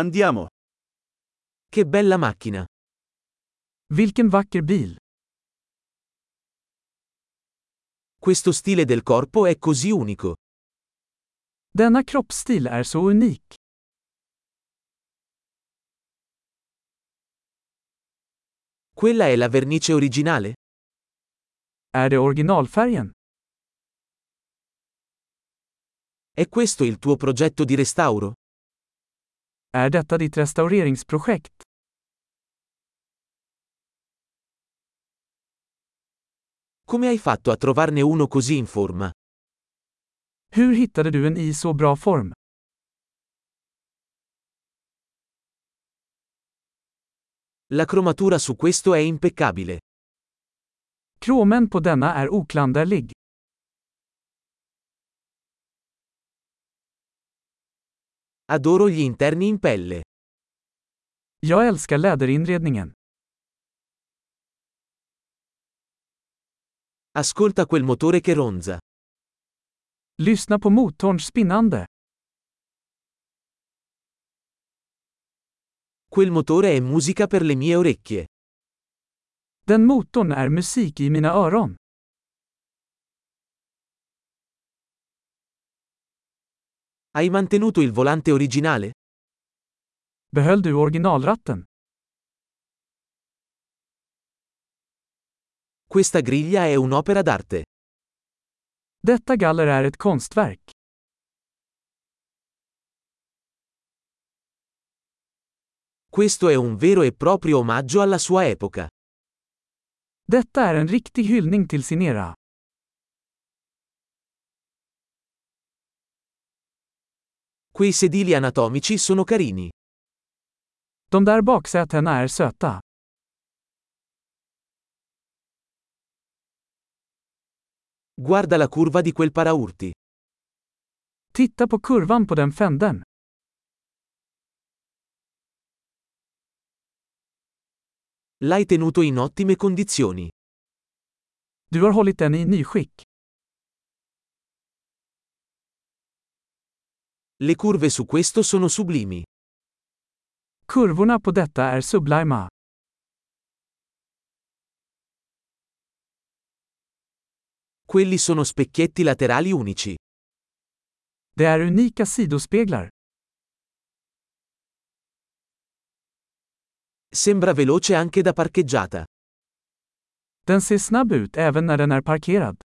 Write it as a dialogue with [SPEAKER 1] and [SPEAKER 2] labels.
[SPEAKER 1] Andiamo.
[SPEAKER 2] Che bella macchina!
[SPEAKER 3] Vilken vacker bil!
[SPEAKER 2] Questo stile del corpo è così unico.
[SPEAKER 3] Denna kroppsstil är så unik.
[SPEAKER 2] Quella è la vernice originale?
[SPEAKER 3] Är det originalfärgen?
[SPEAKER 2] È questo il tuo progetto di restauro?
[SPEAKER 3] Är detta ditt restaureringsprojekt?
[SPEAKER 2] Come hai fatto a trovarne uno così in forma?
[SPEAKER 3] Hur hittade du en i så bra form?
[SPEAKER 2] La cromatura su questo è impeccabile.
[SPEAKER 3] Kromen på denna är oklanderlig.
[SPEAKER 2] Adoro gli interni in pelle.
[SPEAKER 3] Jag älskar läderinredningen.
[SPEAKER 2] Ascolta quel motore che ronza.
[SPEAKER 3] Lyssna på motorns spinnande.
[SPEAKER 2] Quel motore è musica per le mie orecchie.
[SPEAKER 3] Den motorn är musik i mina öron.
[SPEAKER 2] Hai mantenuto il volante originale?
[SPEAKER 3] Behöll du originalratten?
[SPEAKER 2] Questa griglia è un'opera d'arte.
[SPEAKER 3] Detta galler är ett konstverk.
[SPEAKER 2] Questo è un vero e proprio omaggio alla sua epoca.
[SPEAKER 3] Detta är en riktig hyllning till sin era.
[SPEAKER 2] Quei sedili anatomici sono carini.
[SPEAKER 3] De där baksätena är söta.
[SPEAKER 2] Guarda la curva di quel paraurti.
[SPEAKER 3] Titta på kurvan på den fänden.
[SPEAKER 2] L'hai tenuto in ottime condizioni.
[SPEAKER 3] Du har hållit den i nyskick.
[SPEAKER 2] Le curve su questo sono sublimi.
[SPEAKER 3] Kurvorna på detta är sublima.
[SPEAKER 2] Quelli sono specchietti laterali unici.
[SPEAKER 3] Det är unika sidospeglar.
[SPEAKER 2] Sembra veloce anche da parcheggiata.
[SPEAKER 3] Den ser snabb ut även när den är parkerad.